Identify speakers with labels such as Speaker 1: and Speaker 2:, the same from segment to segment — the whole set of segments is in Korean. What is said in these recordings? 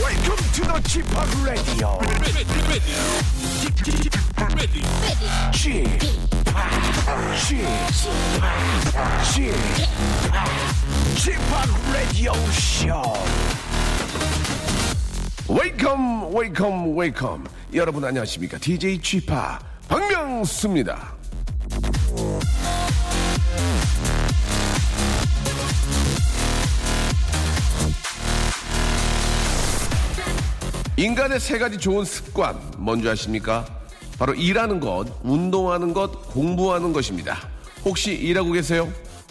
Speaker 1: Welcome to the Chip Radio. Chip, Chip, Chip, Radio Show. Welcome, Welcome, Welcome. 여러분 안녕하십니까? DJ Chip 박명수입니다. 인간의 세 가지 좋은 습관 뭔지 아십니까? 바로 일하는 것, 운동하는 것, 공부하는 것입니다. 혹시 일하고 계세요?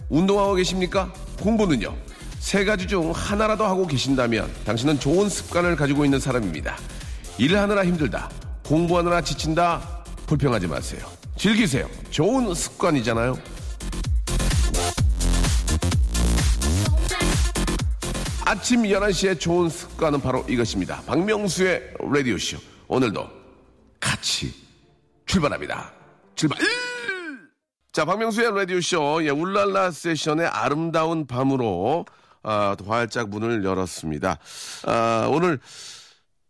Speaker 1: 운동하고 계십니까? 공부는요? 세 가지 중 하나라도 하고 계신다면 당신은 좋은 습관을 가지고 있는 사람입니다. 일하느라 힘들다. 공부하느라 지친다. 불평하지 마세요. 즐기세요. 좋은 습관이잖아요. 아침 11시에 좋은 습관은 바로 이것입니다. 박명수의 라디오쇼. 오늘도 같이 출발합니다. 출발! 자, 박명수의 라디오쇼. 예, 울랄라 세션의 아름다운 밤으로, 아, 또 활짝 문을 열었습니다. 아, 오늘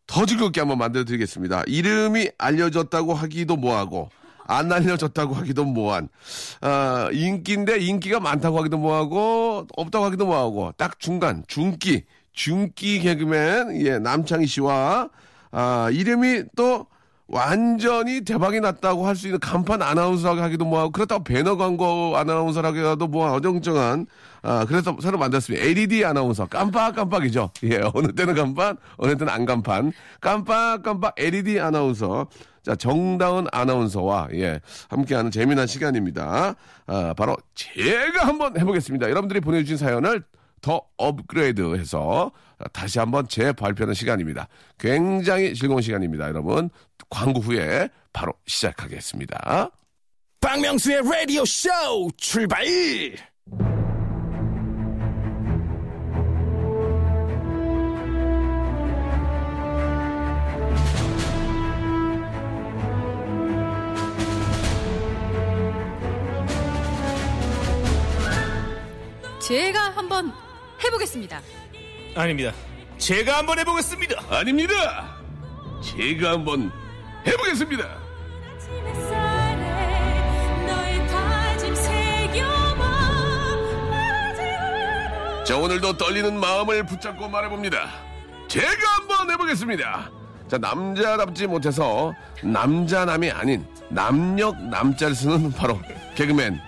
Speaker 1: 더 즐겁게 한번 만들어 드리겠습니다. 이름이 알려졌다고 하기도 뭐하고, 안 알려졌다고 하기도 뭐한, 아, 인기인데 인기가 많다고 하기도 뭐하고, 없다고 하기도 뭐하고, 딱 중간, 중기, 중기 개그맨, 예, 남창희 씨와, 아, 이름이 또 완전히 대박이 났다고 할 수 있는 간판 아나운서라고 하기도 뭐하고, 그렇다고 배너 광고 아나운서라기도 뭐 어정쩡한, 아, 그래서 새로 만들었습니다. LED 아나운서. 깜빡깜빡이죠. 예, 어느 때는 간판, 어느 때는 안 간판. 깜빡깜빡 LED 아나운서. 자, 정다운 아나운서와, 예, 함께하는 재미난 시간입니다. 아, 바로 제가 한번 해보겠습니다. 여러분들이 보내주신 사연을 더 업그레이드해서 다시 한번 재발표하는 시간입니다. 굉장히 즐거운 시간입니다, 여러분. 광고 후에 바로 시작하겠습니다.
Speaker 2: 박명수의 라디오 쇼 출발!
Speaker 3: 제가 한번 해보겠습니다.
Speaker 2: 아닙니다. 제가 한번 해보겠습니다.
Speaker 1: 아닙니다. 제가 한번 해보겠습니다. 자, 오늘도 떨리는 마음을 붙잡고 말해봅니다. 제가 한번 해보겠습니다. 자, 남자답지 못해서 남자남이 아닌 남력 남자를 쓰는 바로 개그맨.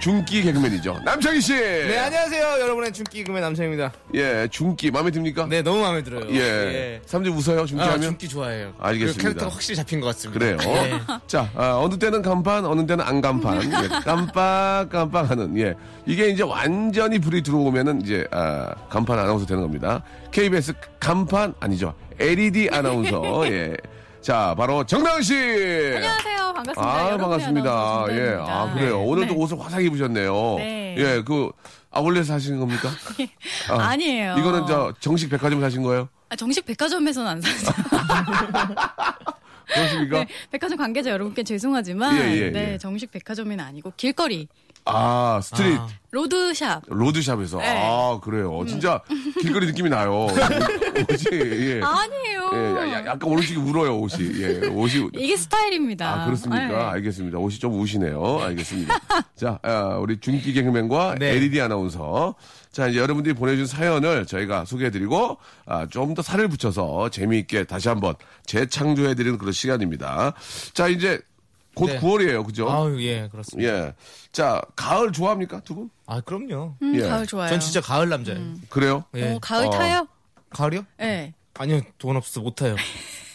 Speaker 1: 중기 개그맨이죠. 남창희 씨.
Speaker 4: 네, 안녕하세요. 여러분의 중기 금의 남창입니다.
Speaker 1: 예, 중기 마음에 듭니까?
Speaker 4: 네, 너무 마음에 들어요.
Speaker 1: 예. 사람들이 웃어요,
Speaker 4: 아,
Speaker 1: 중기하면?
Speaker 4: 중기 좋아해요.
Speaker 1: 알겠습니다.
Speaker 4: 그리고 캐릭터가 확실히 잡힌 것 같습니다. 예.
Speaker 1: 그래요.
Speaker 3: 네.
Speaker 1: 자, 아, 어느 때는 간판, 어느 때는 안 간판. 예, 깜빡깜빡 하는, 예. 이게 이제 완전히 불이 들어오면은 이제, 아, 간판 아나운서 되는 겁니다. KBS 간판, 아니죠. LED 아나운서, 예. 자, 바로 정다은 씨!
Speaker 3: 안녕하세요. 반갑습니다.
Speaker 1: 아,
Speaker 3: 여러분의
Speaker 1: 반갑습니다.
Speaker 3: 아나운서
Speaker 1: 예.
Speaker 3: 정다은입니다.
Speaker 1: 아, 그래요. 오늘도
Speaker 3: 네.
Speaker 1: 옷을 화상 입으셨네요.
Speaker 3: 네.
Speaker 1: 예, 그, 아울렛에서 하시는 겁니까? 아,
Speaker 3: 아니에요.
Speaker 1: 이거는 저 정식 백화점 사신 거예요?
Speaker 3: 아, 정식 백화점에서는 안 사죠.
Speaker 1: 그렇습니까?
Speaker 3: 네, 백화점 관계자 여러분께 죄송하지만
Speaker 1: 그러니까? 예, 예,
Speaker 3: 네,
Speaker 1: 예.
Speaker 3: 정식 백화점은 아니고 길거리
Speaker 1: 아, 스트릿.
Speaker 4: 아.
Speaker 3: 로드샵.
Speaker 1: 로드샵에서
Speaker 3: 네.
Speaker 1: 아 그래요 진짜 길거리 느낌이 나요 뭐지 예.
Speaker 3: 아니에요.
Speaker 1: 예, 야, 야, 약간 오른쪽이 울어요 옷이 예 옷이
Speaker 3: 이게 스타일입니다.
Speaker 1: 아 그렇습니까
Speaker 3: 네.
Speaker 1: 알겠습니다 옷이 좀 우시네요 알겠습니다 자 아, 우리 중기 개그맨과
Speaker 4: 네.
Speaker 1: LED 아나운서 자 이제 여러분들이 보내준 사연을 저희가 소개해드리고 아, 좀 더 살을 붙여서 재미있게 다시 한번 재창조해드리는 그런 시간입니다 자 이제 곧
Speaker 4: 네.
Speaker 1: 9월이에요 그죠
Speaker 4: 아유, 예, 그렇습니다.
Speaker 1: 예. 자, 가을 좋아합니까, 두 분?
Speaker 4: 아, 그럼요.
Speaker 3: 음,
Speaker 1: 예.
Speaker 3: 가을 좋아요.
Speaker 4: 전 진짜 가을 남자예요.
Speaker 1: 그래요?
Speaker 4: 예.
Speaker 3: 어, 가을
Speaker 1: 어.
Speaker 3: 타요?
Speaker 4: 가을이요?
Speaker 3: 예.
Speaker 4: 아니요, 돈 없어서 못 타요.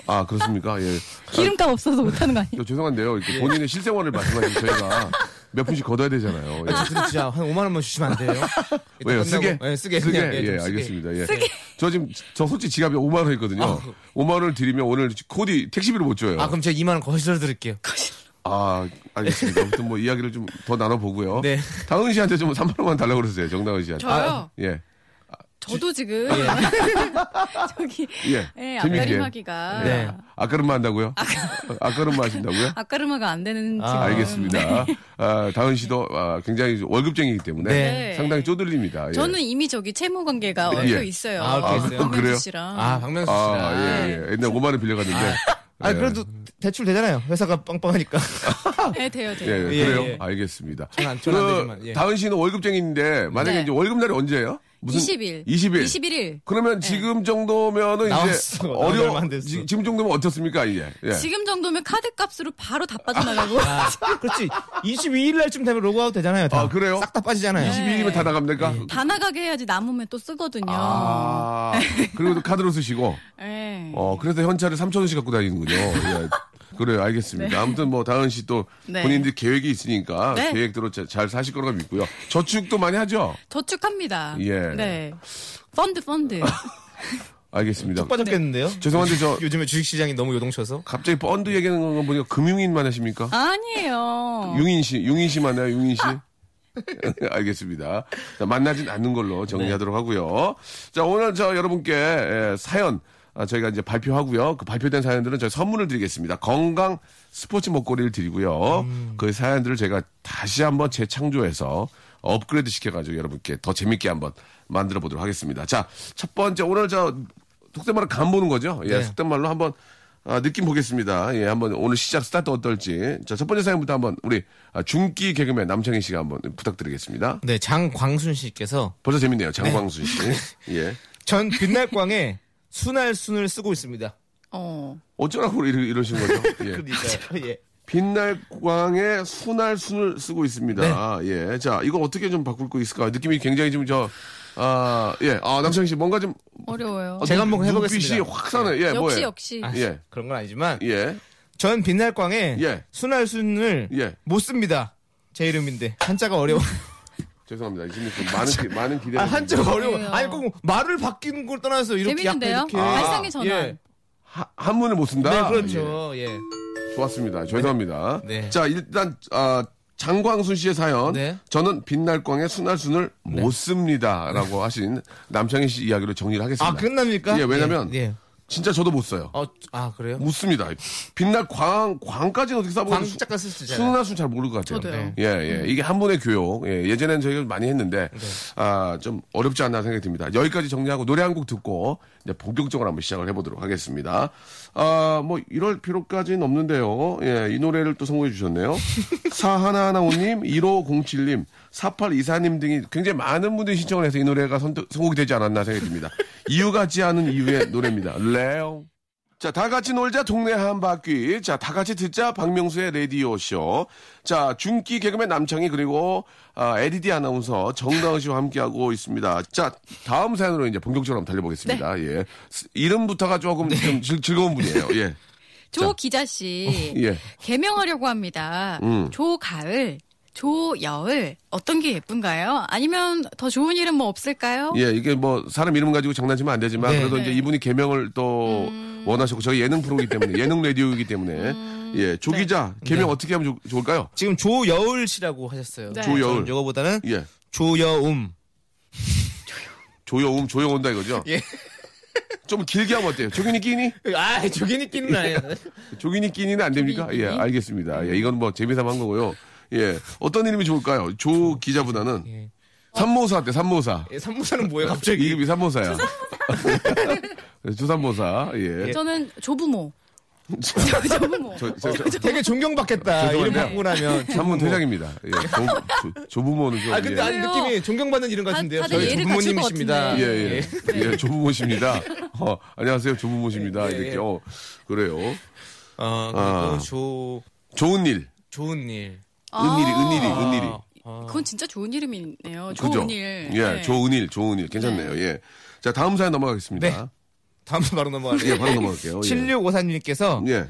Speaker 1: 아, 그렇습니까? 예.
Speaker 3: 기름값 없어서 못 타는 거 아니에요?
Speaker 1: 저 죄송한데요. 이렇게 본인의 실생활을 말씀하시면 저희가 몇 분씩 걷어야 되잖아요. 예.
Speaker 4: 그래서 진짜 한 5만 원만 주시면 안 돼요? 일단
Speaker 1: 왜요?
Speaker 4: 끝나고-
Speaker 1: 쓰게?
Speaker 4: 예, 쓰게.
Speaker 1: 쓰게?
Speaker 4: 그냥, 좀
Speaker 1: 예,
Speaker 4: 쓰게.
Speaker 1: 알겠습니다. 예. 저 지금, 저 솔직히 지갑에 5만 원 있거든요. 5만 원을 드리면 오늘 코디 택시비를 못 줘요.
Speaker 4: 아, 그럼 제가 2만 원 거실로 드릴게요.
Speaker 1: 아, 알겠습니다. 아무튼 뭐 이야기를 좀 더 나눠보고요.
Speaker 4: 네.
Speaker 1: 다은 씨한테 좀 3만 원만 달라고 그러세요. 정다은 씨한테.
Speaker 3: 저요?
Speaker 1: 아, 예.
Speaker 3: 저도 지금 저기
Speaker 1: 예,
Speaker 3: 예,
Speaker 1: 재밌게.
Speaker 3: 앞가림하기가
Speaker 4: 네.
Speaker 1: 아까름마 한다고요? 아까름마 하신다고요?
Speaker 3: 앞가림하가 안 되는
Speaker 4: 아,
Speaker 3: 지금
Speaker 1: 알겠습니다. 아, 다은 씨도 아, 굉장히 월급쟁이이기 때문에
Speaker 3: 네.
Speaker 1: 상당히 쪼들립니다. 예.
Speaker 3: 저는 이미 저기 채무 관계가
Speaker 1: 예.
Speaker 3: 얽혀 있어요.
Speaker 4: 아, 얽혀 있어요?
Speaker 3: 박명수
Speaker 1: 그래요?
Speaker 3: 씨랑.
Speaker 4: 아 박명수 씨랑.
Speaker 1: 아,
Speaker 4: 아,
Speaker 1: 예, 예. 옛날 5만 원 빌려갔는데.
Speaker 4: 니 그래도 대출 되잖아요. 회사가 빵빵하니까.
Speaker 3: 네, 돼요,
Speaker 1: 예,
Speaker 3: 돼요.
Speaker 1: 예, 그래요?
Speaker 4: 예, 예.
Speaker 1: 알겠습니다. 그
Speaker 4: 저는 안- 저는 안 되지만, 예.
Speaker 1: 다은 씨는 월급쟁이인데 만약에
Speaker 3: 네.
Speaker 1: 이제 월급날이 언제예요?
Speaker 3: 20일.
Speaker 1: 20일.
Speaker 3: 21일. 예.
Speaker 1: 그러면 지금 정도면은 이제
Speaker 4: 나왔어. 나온
Speaker 1: 어려
Speaker 4: 지 얼마 안 됐어.
Speaker 1: 지, 지금 정도면 어떻습니까 이제? 예.
Speaker 3: 지금 정도면 카드 값으로 바로 다 빠져나가고.
Speaker 4: 아, 그렇지. 22일 날쯤 되면 로그아웃 되잖아요. 다.
Speaker 1: 아, 그래요?
Speaker 4: 싹 예. 다 빠지잖아요. 네.
Speaker 1: 22일이면 다 나갑니까?
Speaker 3: 다 나가게 해야지 남으면 또 쓰거든요.
Speaker 1: 아
Speaker 3: 네.
Speaker 1: 그리고 또 카드로 쓰시고
Speaker 3: 예.
Speaker 1: 어 그래서 현찰을 3천 원씩 갖고 다니는군요. 예. 그래요, 알겠습니다. 아무튼 뭐 다은 씨 또
Speaker 3: 네.
Speaker 1: 본인들 계획이 있으니까
Speaker 3: 네.
Speaker 1: 계획대로 자- 잘 사실 거라고 믿고요. 저축도 많이 하죠.
Speaker 3: 저축합니다.
Speaker 1: 예.
Speaker 3: 네. 펀드, 펀드.
Speaker 1: 알겠습니다.
Speaker 4: 빠졌겠는데요?
Speaker 1: 죄송한데 저
Speaker 4: 네. 요즘에 주식시장이 너무 요동쳐서.
Speaker 1: 갑자기 펀드 얘기하는 거 보니까 금융인만 하십니까?
Speaker 3: 아니에요.
Speaker 1: 융인 씨, 융인 씨 만나요, 융인 씨. 알겠습니다. 자, 만나진 않는 걸로 정리하도록 하고요. 자, 오늘 저 여러분께 예, 사연 아, 저희가 이제 발표하고요. 그 발표된 사연들은 저희 선물을 드리겠습니다. 건강 스포츠 먹거리를 드리고요. 그 사연들을 제가 다시 한번 재창조해서 업그레이드 시켜가지고 여러분께 더 재밌게 한번 만들어 보도록 하겠습니다. 자, 첫 번째 오늘 저 속된 말로 간 보는 거죠. 예,
Speaker 4: 네.
Speaker 1: 속된 말로 한번 아, 느낌 보겠습니다. 예, 한번 오늘 시작 스타트 어떨지. 자, 첫 번째 사연부터 한번 우리 아, 중기 개그맨 남창희 씨가 한번 부탁드리겠습니다.
Speaker 4: 네, 장광순 씨께서
Speaker 1: 벌써 재밌네요. 장광순 씨. 예.
Speaker 4: 전 빛날광에 순할순을 쓰고 있습니다.
Speaker 3: 어.
Speaker 1: 어쩌라고 이러, 이러신 거죠? 예.
Speaker 4: 그러니까요. 예.
Speaker 1: 빛날 광에 순할 순을 쓰고 있습니다.
Speaker 4: 네.
Speaker 1: 예. 자, 이거 어떻게 좀 바꿀 거 있을까요? 느낌이 굉장히 좀 저, 아, 예. 아, 남창희 씨 뭔가 좀.
Speaker 3: 어려워요.
Speaker 1: 어,
Speaker 4: 제가 한번
Speaker 1: 눈-
Speaker 4: 해보겠습니다.
Speaker 1: 눈빛이 확 사네. 예,
Speaker 3: 역시,
Speaker 1: 뭐예요?
Speaker 3: 역시.
Speaker 4: 아,
Speaker 1: 예.
Speaker 4: 그런 건 아니지만
Speaker 1: 예.
Speaker 4: 전 빛날광에
Speaker 1: 예.
Speaker 4: 순할순을
Speaker 1: 예.
Speaker 4: 못 씁니다. 제 이름인데 한자가 어려워.
Speaker 1: 죄송합니다. 지금 좀 많은, 기, 많은 기대.
Speaker 4: 아, 한자가 어려워.
Speaker 3: 어려워요.
Speaker 4: 아니 꼭 말을 바뀌는 걸 떠나서 이렇게
Speaker 3: 재밌는데요?
Speaker 4: 약간 이렇게
Speaker 3: 발상의 전환.
Speaker 4: 예.
Speaker 1: 한문을 못 쓴다?
Speaker 4: 네,
Speaker 1: 예.
Speaker 4: 그렇죠. 예.
Speaker 1: 좋았습니다. 죄송합니다.
Speaker 4: 네.
Speaker 1: 자, 일단 아, 장광순 씨의 사연.
Speaker 4: 네.
Speaker 1: 저는 빛날광의 순할순을 못 씁니다라고 하신 남창희 씨 이야기로 정리를 하겠습니다.
Speaker 4: 아, 끝납니까?
Speaker 1: 예, 왜냐면
Speaker 4: 예. 예.
Speaker 1: 진짜 저도 못 써요.
Speaker 4: 어, 아, 그래요?
Speaker 1: 못 씁니다. 빛날광 광까지는 어떻게 써보고
Speaker 4: 광자가 쓸수 있잖아요. 음.
Speaker 1: 순할순 잘 모를 것 같아요.
Speaker 3: 저도요.
Speaker 1: 예, 예. 이게 한문의 교육. 예, 예전에는 저희가 많이 했는데
Speaker 4: 네.
Speaker 1: 아, 좀 어렵지 않나 생각이 듭니다. 여기까지 정리하고 노래 한 곡 듣고 이제 본격적으로 한번 시작을 해 보도록 하겠습니다. 아, 뭐 이럴 필요까지는 없는데요. 예, 이 노래를 또 선곡해 주셨네요. 4115님, 1507님, 4824님 등이 굉장히 많은 분들이 신청을 해서 이 노래가 선, 선곡이 되지 않았나 생각이 듭니다. 이유 같지 않은 이유의 노래입니다. 레옹. 자, 다 같이 놀자 동네 한 바퀴. 자, 다 같이 듣자 박명수의 라디오 쇼. 자, 중기 개그맨 남창희 그리고 아, LED 아나운서 정다은 씨와 함께하고 있습니다. 자, 다음 사연으로 이제 본격적으로 한번 달려보겠습니다.
Speaker 4: 네.
Speaker 1: 예. 스- 이름부터가 조금 좀 즐, 거운 분이에요. 예.
Speaker 3: 조 기자 씨.
Speaker 4: 네.
Speaker 1: 예. 음.
Speaker 3: 개명하려고 합니다. 조가을, 조여을. 어떤 게 예쁜가요? 아니면 더 좋은 이름 뭐 없을까요?
Speaker 1: 예, 이게 뭐 사람 이름 가지고 장난치면 안 되지만
Speaker 4: 네. 음.
Speaker 1: 그래도 이제 이분이 개명을 또 원하셨고 저희 예능 프로이기 때문에 예능 라디오이기 때문에 예,
Speaker 4: 네.
Speaker 1: 조 기자 개명 어떻게 하면 좋, 좋을까요?
Speaker 4: 지금 조여울 씨라고 하셨어요.
Speaker 3: 네.
Speaker 1: 조여울.
Speaker 4: 이거보다는
Speaker 1: 예.
Speaker 4: 조여움.
Speaker 1: 조여움 조여 온다 이거죠?
Speaker 4: 예.
Speaker 1: 좀 길게 하면 어때요? 조균이 끼니?
Speaker 4: 아, 조개니 끼는 아니에요.
Speaker 1: 조균이 끼니는 안 됩니까?
Speaker 3: 조균이
Speaker 1: 예,
Speaker 3: 끼니?
Speaker 1: 알겠습니다. 예, 이건 뭐 재미삼아 한 거고요. 예, 어떤 이름이 좋을까요? 조 기자보다는 산모사 어때? 산모사.
Speaker 4: 예, 산모사는 예. 뭐예요, 갑자기?
Speaker 1: 이름이 산모사야. 조산모사. 예.
Speaker 3: 저는 조부모. 저- 조부모.
Speaker 1: 저, 저, 저,
Speaker 4: 어, 되게 존경받겠다. 이름
Speaker 1: 죄송한데요.
Speaker 4: 바꾸고 나면.
Speaker 1: 산모 회장입니다. 예, 조, 조, 조부모는 좀.
Speaker 4: 아, 근데
Speaker 1: 예.
Speaker 4: 아니, 느낌이 존경받는 이름 같은데요.
Speaker 3: 다들
Speaker 4: 저희
Speaker 3: 예를 갖출 것
Speaker 4: 부모님이십니다.
Speaker 1: 예,
Speaker 3: 같은데.
Speaker 1: 예. 예, 조부모십니다. 어, 안녕하세요. 조부모십니다.
Speaker 4: 예, 예.
Speaker 1: 이렇게, 어, 그래요.
Speaker 4: 어,
Speaker 1: 아.
Speaker 4: 그리고 조,
Speaker 1: 좋은 일.
Speaker 4: 좋은 일. 어,
Speaker 1: 은일이, 은일이,
Speaker 3: 아,
Speaker 1: 은일이.
Speaker 3: 그건 진짜 좋은 이름이네요.
Speaker 1: 그죠?
Speaker 3: 좋은 일.
Speaker 1: 예,
Speaker 3: 네.
Speaker 1: 조은일, 조은일. 괜찮네요. 예. 자, 다음 사연
Speaker 4: 네.
Speaker 1: 넘어가겠습니다.
Speaker 4: 다음 바로 넘어갈게요.
Speaker 1: 예, 바로 넘어갈게요. 예.
Speaker 4: 7654님께서
Speaker 1: 예.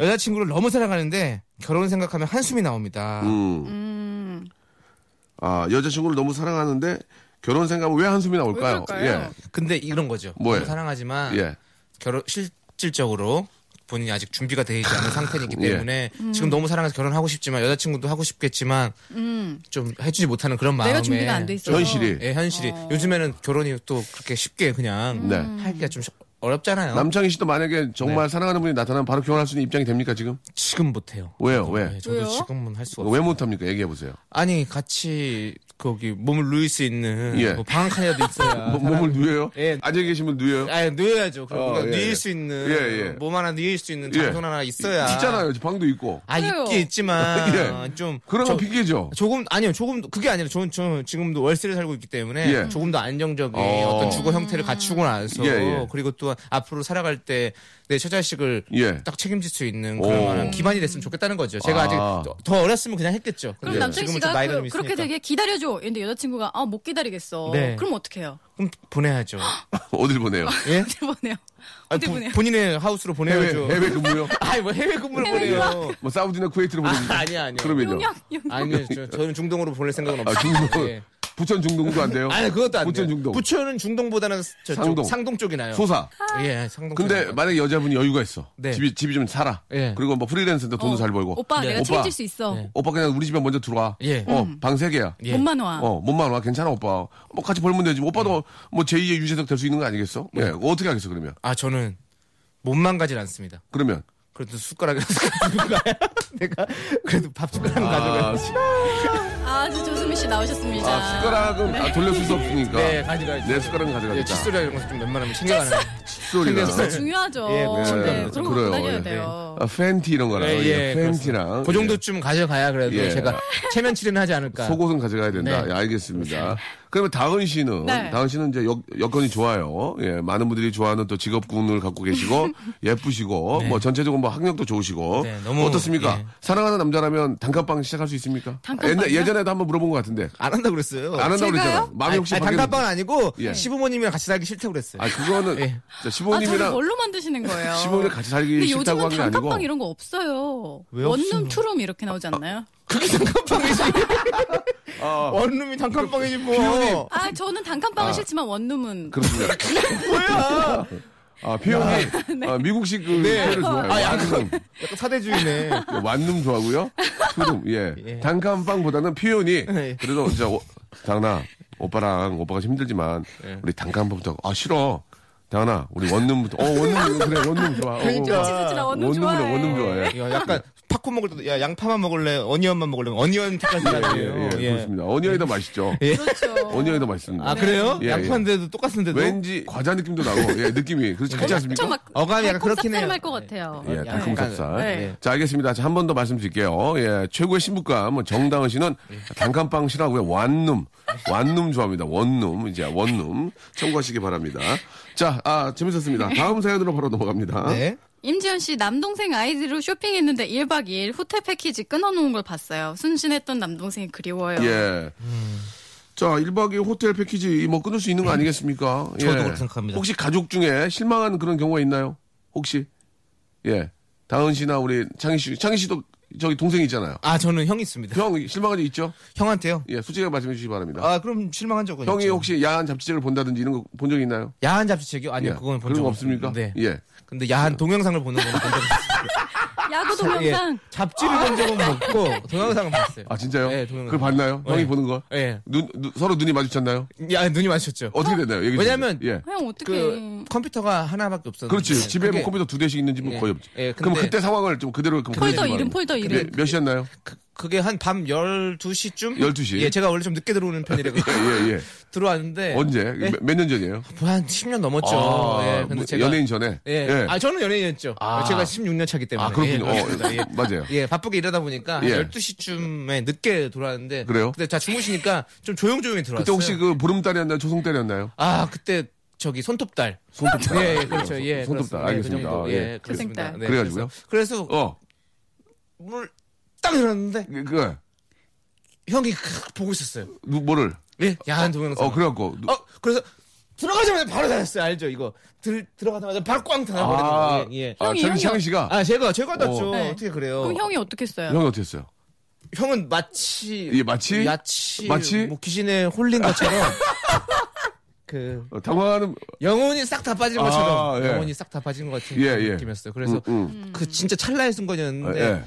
Speaker 4: 여자친구를 너무 사랑하는데 결혼 생각하면 한숨이 나옵니다.
Speaker 1: 음. 아, 여자친구를 너무 사랑하는데 결혼 생각하면 왜 한숨이 나올까요?
Speaker 3: 왜 그럴까요?
Speaker 4: 근데 이런 거죠.
Speaker 1: 뭐예요?
Speaker 4: 너무 사랑하지만
Speaker 1: 예. 예.
Speaker 4: 결혼 실질적으로 본인이 아직 준비가 되어 있지 않은 상태이기 때문에
Speaker 3: 음.
Speaker 4: 지금 너무 사랑해서 결혼하고 싶지만 여자친구도 하고 싶겠지만 좀 해주지 못하는 그런
Speaker 3: 음.
Speaker 4: 마음에
Speaker 3: 내가 준비가 안 돼 있어서 음.
Speaker 1: 현실이.
Speaker 4: 예, 현실이 요즘에는 결혼이 또 그렇게 쉽게 그냥
Speaker 1: 네.
Speaker 4: 하기가 좀 어렵잖아요.
Speaker 1: 남창희 씨도 만약에
Speaker 4: 네.
Speaker 1: 정말 사랑하는 분이 나타나면 바로 결혼할 수 있는 입장이 됩니까 지금?
Speaker 4: 지금 못해요.
Speaker 1: 왜요? 왜?
Speaker 4: 예, 저도
Speaker 3: 왜요?
Speaker 4: 지금은 할 수가 없어요.
Speaker 1: 네. 왜 못합니까? 얘기해 보세요.
Speaker 4: 아니 같이 거기 몸을 누일 수 있는
Speaker 1: 예.
Speaker 4: 뭐 방한 칸이라도 있어야
Speaker 1: 몸을 누여요?
Speaker 4: 예.
Speaker 1: 앉아 계시면 누여요?
Speaker 4: 아니 누워야죠. 그럼
Speaker 1: 어,
Speaker 4: 뭔가
Speaker 1: 예,
Speaker 4: 누일
Speaker 1: 예.
Speaker 4: 수 있는
Speaker 1: 예, 예.
Speaker 4: 몸 하나 누일 수 있는
Speaker 1: 예.
Speaker 4: 장소 하나 있어야.
Speaker 1: 있잖아요. 방도 있고.
Speaker 4: 아
Speaker 3: 그래요.
Speaker 4: 있긴 있지만
Speaker 1: 예.
Speaker 4: 좀
Speaker 1: 그러면
Speaker 4: 저-
Speaker 1: 핑계죠.
Speaker 4: 조금 아니요 조금 더- 그게 아니라 저는, 저는 지금도 월세를 살고 있기 때문에
Speaker 1: 예.
Speaker 4: 조금 더 안정적인
Speaker 1: 어.
Speaker 4: 어. 떤 주거 형태를 갖추고 나서
Speaker 1: 예, 예.
Speaker 4: 그리고 또 앞으로 살아갈 때 내 처자식을
Speaker 1: 예.
Speaker 4: 딱 책임질 수 있는
Speaker 1: 오.
Speaker 4: 그런 만한 기반이 됐으면 좋겠다는 거죠. 제가
Speaker 1: 아.
Speaker 4: 아. 직더 어렸으면 그냥 했겠죠.
Speaker 3: 그럼
Speaker 1: 예.
Speaker 4: 근데
Speaker 3: 남창희
Speaker 4: 지금은 좀
Speaker 3: 씨가
Speaker 4: 나이가 좀
Speaker 3: 그, 그렇게
Speaker 4: 있으니까.
Speaker 3: 되게 기다려줘. 근데 여자친구가 아 못 기다리겠어.
Speaker 4: 네.
Speaker 3: 그럼 어떡해요?
Speaker 4: 그럼 보내야죠.
Speaker 1: 어딜 보내요?
Speaker 4: 예?
Speaker 3: 어디 보내요?
Speaker 4: 아니,
Speaker 3: 어디
Speaker 4: 보-
Speaker 3: 보내요?
Speaker 4: 본인의 하우스로
Speaker 1: 해외
Speaker 4: 보내야죠.
Speaker 1: 해외 근무요?
Speaker 4: 아니 뭐 해외 근무를 보내요.
Speaker 1: 뭐 사우디나 쿠웨이트로 보내요?
Speaker 4: 아, 아니야, 아니야.
Speaker 1: 그러면요.
Speaker 3: 용역, 용역.
Speaker 4: 아니요, 저, 저는 중동으로 보낼 생각은
Speaker 1: 아,
Speaker 4: 없어요.
Speaker 1: 중동.
Speaker 4: 예.
Speaker 1: 부천 중동도 안 돼요?
Speaker 4: 아니 그것도 안
Speaker 1: 부천
Speaker 4: 돼요.
Speaker 1: 중동.
Speaker 4: 부천은 중동보다는 저쪽
Speaker 1: 상동.
Speaker 4: 상동, 쪽이 나요.
Speaker 1: 소사.
Speaker 4: 예, 상동.
Speaker 1: 근데
Speaker 4: 쪽이 나요.
Speaker 1: 만약에 여자분이 여유가 있어.
Speaker 4: 네.
Speaker 1: 집이 집이 좀 살아.
Speaker 4: 예.
Speaker 1: 그리고 뭐 프리랜서인데 돈도 잘 벌고.
Speaker 3: 어. 오빠
Speaker 4: 네.
Speaker 3: 내가
Speaker 1: 오빠.
Speaker 3: 책임질 수 있어.
Speaker 4: 네.
Speaker 1: 오빠 그냥 우리 집에 먼저 들어와.
Speaker 4: 예.
Speaker 1: 어, 방 세 개야.
Speaker 4: 예.
Speaker 3: 음. 몸만 와.
Speaker 1: 어, 몸만 와. 괜찮아, 오빠. 뭐 같이 벌면 되지. 오빠도
Speaker 4: 예.
Speaker 1: 뭐 제2의 유재석 될 수 있는 거 아니겠어? 예. 그거 어떻게 하겠어, 그러면?
Speaker 4: 아 저는 몸만 가진 않습니다.
Speaker 1: 그러면.
Speaker 4: 그래도 숟가락을 가져가요. 내가 그래도 밥
Speaker 1: 아,
Speaker 4: 숟가락 가져가요.
Speaker 3: 아, 이제 조수미 씨 나오셨습니다.
Speaker 1: 아, 숟가락은 아, 돌려줄 수 없으니까.
Speaker 4: 네, 가져가야죠.
Speaker 1: 내 숟가락은
Speaker 4: 예,
Speaker 1: 가져가겠다.
Speaker 4: 칫솔이나 이런 것좀 웬만하면 챙겨가는.
Speaker 1: 칫솔이나.
Speaker 4: 칫솔 중에
Speaker 3: 중요하죠.
Speaker 4: 예, 그렇죠.
Speaker 3: 네, 그런 거
Speaker 1: 그래요,
Speaker 3: 갖고 다녀야
Speaker 1: 예.
Speaker 3: 돼요.
Speaker 1: 아, 팬티 이런 거랑.
Speaker 4: 예,
Speaker 1: 예,
Speaker 4: 예,
Speaker 1: 팬티랑.
Speaker 4: 그
Speaker 1: 예.
Speaker 4: 정도쯤 가져가야 그래도
Speaker 1: 예.
Speaker 4: 제가 체면 치료는 하지 않을까.
Speaker 1: 속옷은 가져가야 된다.
Speaker 4: 네.
Speaker 1: 예, 알겠습니다. 그러면 다은 씨는
Speaker 3: 네.
Speaker 1: 다은 씨는 이제 여, 여건이 좋아요. 예, 많은 분들이 좋아하는 또 직업군을 갖고 계시고 예쁘시고 뭐 전체적으로 뭐 학력도 좋으시고
Speaker 4: 네, 너무,
Speaker 1: 어떻습니까?
Speaker 4: 예.
Speaker 1: 사랑하는 남자라면 단칸방 시작할 수 있습니까?
Speaker 3: 단칸방이요?
Speaker 1: 옛날- 예전에도 한번 물어본 것 같은데
Speaker 4: 안 한다 그랬어요.
Speaker 1: 안 한다고
Speaker 3: 제가요?
Speaker 1: 그랬잖아. 마음이 혹시 바뀌었-
Speaker 4: 단칸방은 아니고
Speaker 1: 예.
Speaker 4: 시부모님이랑 같이 살기 싫다고 그랬어요.
Speaker 1: 아 그거는
Speaker 4: 예.
Speaker 1: 자,
Speaker 3: 아, 저를
Speaker 1: 시부모님이랑
Speaker 3: 뭘로 만드시는 거예요?
Speaker 1: 시부모님 같이 살기
Speaker 3: 근데
Speaker 1: 싫다고
Speaker 3: 요즘은
Speaker 1: 한 게 아니고 아,
Speaker 3: 단칸방 이런 거 없어요.
Speaker 4: 왜
Speaker 3: 원룸
Speaker 4: 없어요?
Speaker 3: 투룸 이렇게 나오지 않나요?
Speaker 4: 그게 단칸방이지. 원룸이 어, 단칸방이지 뭐.
Speaker 3: 아, 저는 단칸방은 싫지만 원룸은
Speaker 1: 그렇습니다.
Speaker 4: 뭐야?
Speaker 1: 아 표현이 아, 미국식 그
Speaker 4: 네.
Speaker 1: 표현을 좋아해요.
Speaker 4: 아,
Speaker 1: 완룸.
Speaker 4: 약간 사대주의네.
Speaker 1: 완룸 뭐 좋아하고요. 투룸 예.
Speaker 4: 예.
Speaker 1: 단칸방보다는 표현이
Speaker 4: 예.
Speaker 1: 그래도 진짜 오, 당나 오빠랑 오빠가 힘들지만
Speaker 4: 예.
Speaker 1: 우리 단칸방부터 아 싫어. 당나 우리 원룸부터 어 원룸 그래 원룸 좋아. 어,
Speaker 4: 그러니까.
Speaker 1: 어,
Speaker 3: 진짜 원룸
Speaker 1: 원룸이래,
Speaker 3: 좋아해.
Speaker 1: 원룸 좋아해.
Speaker 4: 야, 약간 팝콘 먹을 때도 야 양파만 먹을래, 어니언만 먹을래, 어니언 색깔이 나네요.
Speaker 1: 예, 예, 그렇습니다. 어니언이 더 맛있죠.
Speaker 3: 그렇죠.
Speaker 1: 어니언이 더 맛있습니다.
Speaker 4: 예. 아 그래요?
Speaker 1: 예, 예.
Speaker 4: 양파인데도 똑같은데도
Speaker 1: 왠지 과자 느낌도 나고 예 느낌이 그렇지
Speaker 4: 네.
Speaker 1: 그렇지 않습니까?
Speaker 3: 좀막
Speaker 4: 어감이 약간 그렇긴 해요.
Speaker 3: 할 것 같아요.
Speaker 1: 예,
Speaker 4: 약간.
Speaker 1: 달콤섭살.
Speaker 3: 네.
Speaker 1: 자, 알겠습니다. 자, 한 번 더 말씀드릴게요. 예, 최고의 신부감, 정다은 씨는 단칸방 싫어하고요. 완룸. 완룸 좋아합니다. 원룸. 이제 원룸. 참고하시기 바랍니다. 자, 아, 재밌었습니다. 다음 사연으로 바로 넘어갑니다.
Speaker 4: 네.
Speaker 3: 임지연 씨 남동생 아이들로 쇼핑했는데 1박 2일 호텔 패키지 끊어놓은 걸 봤어요. 순진했던 남동생이 그리워요.
Speaker 1: 예.
Speaker 4: 음.
Speaker 1: 자, 1박 2일 호텔 패키지 뭐 끊을 수 있는 거 아니겠습니까? 예.
Speaker 4: 저도 그렇게 생각합니다.
Speaker 1: 혹시 가족 중에 실망한 그런 경우가 있나요? 혹시? 예. 다은 씨나 우리 창희 씨, 창희 씨도 저기 동생 있잖아요.
Speaker 4: 아 저는 형 있습니다.
Speaker 1: 형 실망한 적 있죠?
Speaker 4: 형한테요?
Speaker 1: 예, 솔직하게 말씀해 주시기 바랍니다.
Speaker 4: 아 그럼 실망한 적은
Speaker 1: 형이
Speaker 4: 있죠.
Speaker 1: 혹시 야한 잡지책을 본다든지 이런 거 본 적 있나요?
Speaker 4: 야한 잡지책이요? 아니요
Speaker 1: 예.
Speaker 4: 그건
Speaker 1: 그런
Speaker 4: 본적
Speaker 1: 거 없습니까?
Speaker 4: 네.
Speaker 1: 예.
Speaker 4: 근데 야한 동영상을 보는 거는 본적
Speaker 1: 아,
Speaker 4: 예,
Speaker 3: 야구 동영상
Speaker 4: 잡지를 본 적은 없고 동영상은 봤어요.
Speaker 1: 아 진짜요?
Speaker 4: 예, 동영상.
Speaker 1: 그걸 봤나요?
Speaker 4: 예.
Speaker 1: 형이 보는 거?
Speaker 4: 예.
Speaker 1: 눈, 눈- 서로 눈이 마주쳤나요?
Speaker 4: 야 눈이 마주쳤죠.
Speaker 1: 어떻게 됐나요? 얘기해 주세요.
Speaker 4: 왜냐면-
Speaker 1: 예.
Speaker 3: 형 어떻게
Speaker 4: 그 컴퓨터가 하나밖에 없었는데.
Speaker 1: 그렇지. 집에 뭐
Speaker 4: 그게
Speaker 1: 컴퓨터 두 대씩 있는지 뭐
Speaker 4: 예.
Speaker 1: 거의 없죠.
Speaker 4: 예, 근데-
Speaker 1: 그럼 그때 상황을 좀 그대로 그럼
Speaker 3: 폴더
Speaker 1: 보내주시기
Speaker 3: 이름,
Speaker 1: 바랍니다.
Speaker 3: 폴더
Speaker 1: 몇-
Speaker 3: 이름.
Speaker 1: 몇 시였나요?
Speaker 4: 그- 그게 한 밤 12시쯤?
Speaker 1: 12시.
Speaker 4: 예, 제가 원래 좀 늦게 들어오는 편이라
Speaker 1: 예, 예, 예.
Speaker 4: 들어왔는데
Speaker 1: 언제?
Speaker 4: 예,
Speaker 1: 몇 년 전이에요?
Speaker 4: 뭐한 10년 넘었죠.
Speaker 1: 아,
Speaker 4: 예,
Speaker 1: 뭐
Speaker 4: 근데 제가
Speaker 1: 연예인 전에.
Speaker 4: 예. 아, 저는 연예인이었죠.
Speaker 1: 아.
Speaker 4: 제가 16년 차기 때문에.
Speaker 1: 아, 그렇군요.
Speaker 4: 예,
Speaker 1: 어,
Speaker 4: 그렇습니다. 예.
Speaker 1: 맞아요.
Speaker 4: 예, 바쁘게 일하다 보니까 한
Speaker 1: 예.
Speaker 4: 12시쯤에 늦게 돌아왔는데
Speaker 1: 그래요?
Speaker 4: 근데 자 주무시니까 좀 조용조용히 들어왔어요.
Speaker 1: 그때 혹시 그 보름달이었나요? 초승달이었나요?
Speaker 4: 아, 그때 저기 손톱달.
Speaker 1: 손톱달.
Speaker 4: 예, 예, 그렇죠. 예.
Speaker 1: 손톱달.
Speaker 4: 그렇습니다. 예, 그
Speaker 1: 알겠습니다.
Speaker 4: 정도.
Speaker 1: 아,
Speaker 4: 예,
Speaker 1: 예.
Speaker 4: 그렇습니다.
Speaker 3: 고생달.
Speaker 4: 네,
Speaker 1: 그래가지고요?
Speaker 4: 그래서, 그래서
Speaker 1: 어.
Speaker 4: 물딱 일어났는데
Speaker 1: 그, 그,
Speaker 4: 형이 크- 보고 있었어요.
Speaker 1: 누- 뭐를?
Speaker 4: 예, 야한 동영상.
Speaker 1: 어, 그래갖고. 누-
Speaker 4: 어 그래서 들어가자마자 바로 닫았어요 알죠 이거 들 들어가자마자 바로 꽝 닫아버리는
Speaker 1: 아,
Speaker 4: 거예요 예.
Speaker 1: 아,
Speaker 3: 형이,
Speaker 1: 창희-
Speaker 3: 형이요.
Speaker 1: 창희 씨가.
Speaker 4: 아 제가 제가 닫죠
Speaker 1: 어.
Speaker 3: 네.
Speaker 4: 어떻게 그래요
Speaker 3: 그럼 형이 어떻게 했어요?
Speaker 1: 형이 어떻게 했어요?
Speaker 4: 은 마치
Speaker 1: 예, 마치?
Speaker 4: 야치
Speaker 1: 마치?
Speaker 4: 뭐 귀신에 홀린 것처럼 그
Speaker 1: 어, 당황하는
Speaker 4: 영혼이 싹 다 빠진
Speaker 1: 아,
Speaker 4: 것처럼
Speaker 1: 예.
Speaker 4: 영혼이 싹 다 빠진 것 같은
Speaker 1: 예,
Speaker 4: 그런
Speaker 1: 예.
Speaker 4: 느낌이었어요. 그래서 음,
Speaker 1: 음,
Speaker 4: 그 진짜 찰나의 순간이었는데
Speaker 1: 예.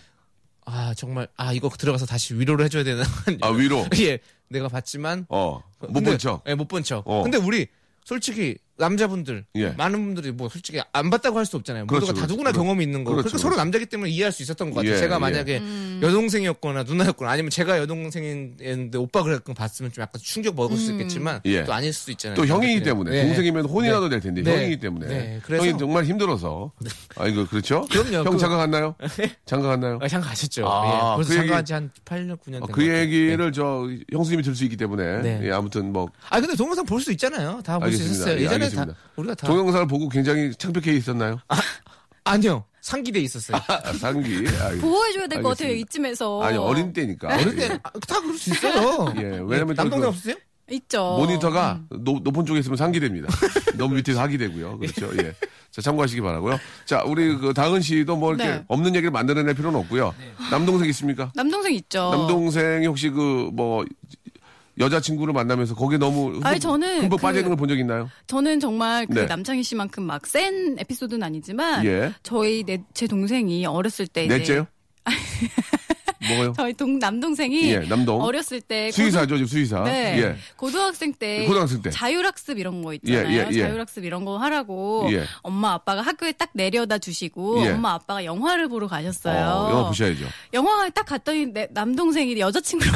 Speaker 4: 아 정말 아 이거 들어가서 다시 위로를 해줘야 되나?
Speaker 1: 아 위로.
Speaker 4: 예, 내가 봤지만
Speaker 1: 어. 못 본 척.
Speaker 4: 예, 못 본 척.
Speaker 1: 어.
Speaker 4: 근데 우리 솔직히 남자분들
Speaker 1: 예.
Speaker 4: 많은 분들이 뭐 솔직히 안 봤다고 할 수 없잖아요.
Speaker 1: 그렇죠,
Speaker 4: 모두가 다
Speaker 1: 그렇죠.
Speaker 4: 누구나
Speaker 1: 그렇죠.
Speaker 4: 경험이 있는 거.
Speaker 1: 그렇죠,
Speaker 4: 그러니까 서로
Speaker 1: 그렇죠.
Speaker 4: 남자기 때문에 이해할 수 있었던 것 같아요.
Speaker 1: 예,
Speaker 4: 제가
Speaker 1: 예.
Speaker 4: 만약에 여동생이었거나 누나였거나 아니면 제가 여동생인데 오빠 그랬건 봤으면 좀 약간 충격 먹을 수 있겠지만
Speaker 1: 예.
Speaker 4: 또 아닐 수도 있잖아요.
Speaker 1: 또 형이기
Speaker 4: 남자끼리.
Speaker 1: 때문에
Speaker 4: 예.
Speaker 1: 동생이면 혼이라도 될 텐데
Speaker 4: 네.
Speaker 1: 형이기 때문에
Speaker 4: 네, 그래서- 네.
Speaker 1: 형이 정말 힘들어서 아 이거 그렇죠?
Speaker 4: 그럼요.
Speaker 1: 형
Speaker 4: 그-
Speaker 1: 장가 갔나요? 장가 갔나요?
Speaker 4: 아, 장가 가셨죠.
Speaker 1: 아,
Speaker 4: 예. 벌써
Speaker 1: 그
Speaker 4: 장가
Speaker 1: 얘기-
Speaker 4: 한지한 8년 9년
Speaker 1: 어,
Speaker 4: 된것
Speaker 1: 그
Speaker 4: 같아요. 네.
Speaker 1: 얘기를 저 형수님이 들 수 있기 때문에
Speaker 4: 네.
Speaker 1: 예, 아무튼 뭐
Speaker 4: 아 근데 동영상 볼 수 있잖아요. 다 볼 수
Speaker 1: 알겠습니다.
Speaker 4: 있었어요.
Speaker 1: 예,
Speaker 4: 예전에 다
Speaker 1: 알겠습니다.
Speaker 4: 우리가 다
Speaker 1: 동영상을 보고 굉장히 창백해 있었나요?
Speaker 4: 아. 아니요 상기돼 있었어요.
Speaker 1: 아, 상기 알-
Speaker 3: 보호해줘야 될 것 같아요,
Speaker 1: 알겠습니다.
Speaker 3: 이쯤에서.
Speaker 1: 아니 어린 때니까
Speaker 4: 뭐. 어릴 때다 그럴 수 있어요.
Speaker 1: 예, 왜냐면 또
Speaker 4: 남동생
Speaker 1: 그-
Speaker 4: 없으세요?
Speaker 3: 있죠.
Speaker 1: 모니터가 높- 높은 쪽에 있으면 상기됩니다. 너무 밑에서 하기되고요. 그렇죠. 예. 자, 참고하시기 바라고요. 자, 우리 그 다은 씨도 뭐 이렇게
Speaker 3: 네.
Speaker 1: 없는 얘기를 만들어낼 필요는 없고요. 남동생 있습니까?
Speaker 3: 남동생 있죠.
Speaker 1: 남동생이 혹시 그 뭐 여자친구를 만나면서 거기에 너무 흠뻑,
Speaker 3: 아니, 저는
Speaker 1: 흠뻑
Speaker 3: 그-
Speaker 1: 빠져 있는 걸 본 적 있나요?
Speaker 3: 저는 정말 그
Speaker 1: 네.
Speaker 3: 남창희 씨만큼 막 센 에피소드는 아니지만
Speaker 1: 예.
Speaker 3: 저희 넷, 제 동생이 어렸을 때 이제
Speaker 1: 넷째요? 뭐요?
Speaker 3: 네, 저희 동 남동생이
Speaker 1: 예, 남동.
Speaker 3: 어렸을 때
Speaker 1: 수의사죠, 지금 수의사.
Speaker 3: 고등, 네,
Speaker 1: 예.
Speaker 3: 고등학생 때
Speaker 1: 고등학생 때.
Speaker 3: 자율학습 이런 거 있잖아요.
Speaker 1: 예, 예, 예.
Speaker 3: 자율학습 이런 거 하라고
Speaker 1: 예.
Speaker 3: 엄마 아빠가 학교에 딱 내려다 주시고
Speaker 1: 예.
Speaker 3: 엄마 아빠가 영화를 보러 가셨어요.
Speaker 1: 어, 영화 보셔야죠.
Speaker 3: 영화관에 딱 갔더니 내 남동생이 여자친구랑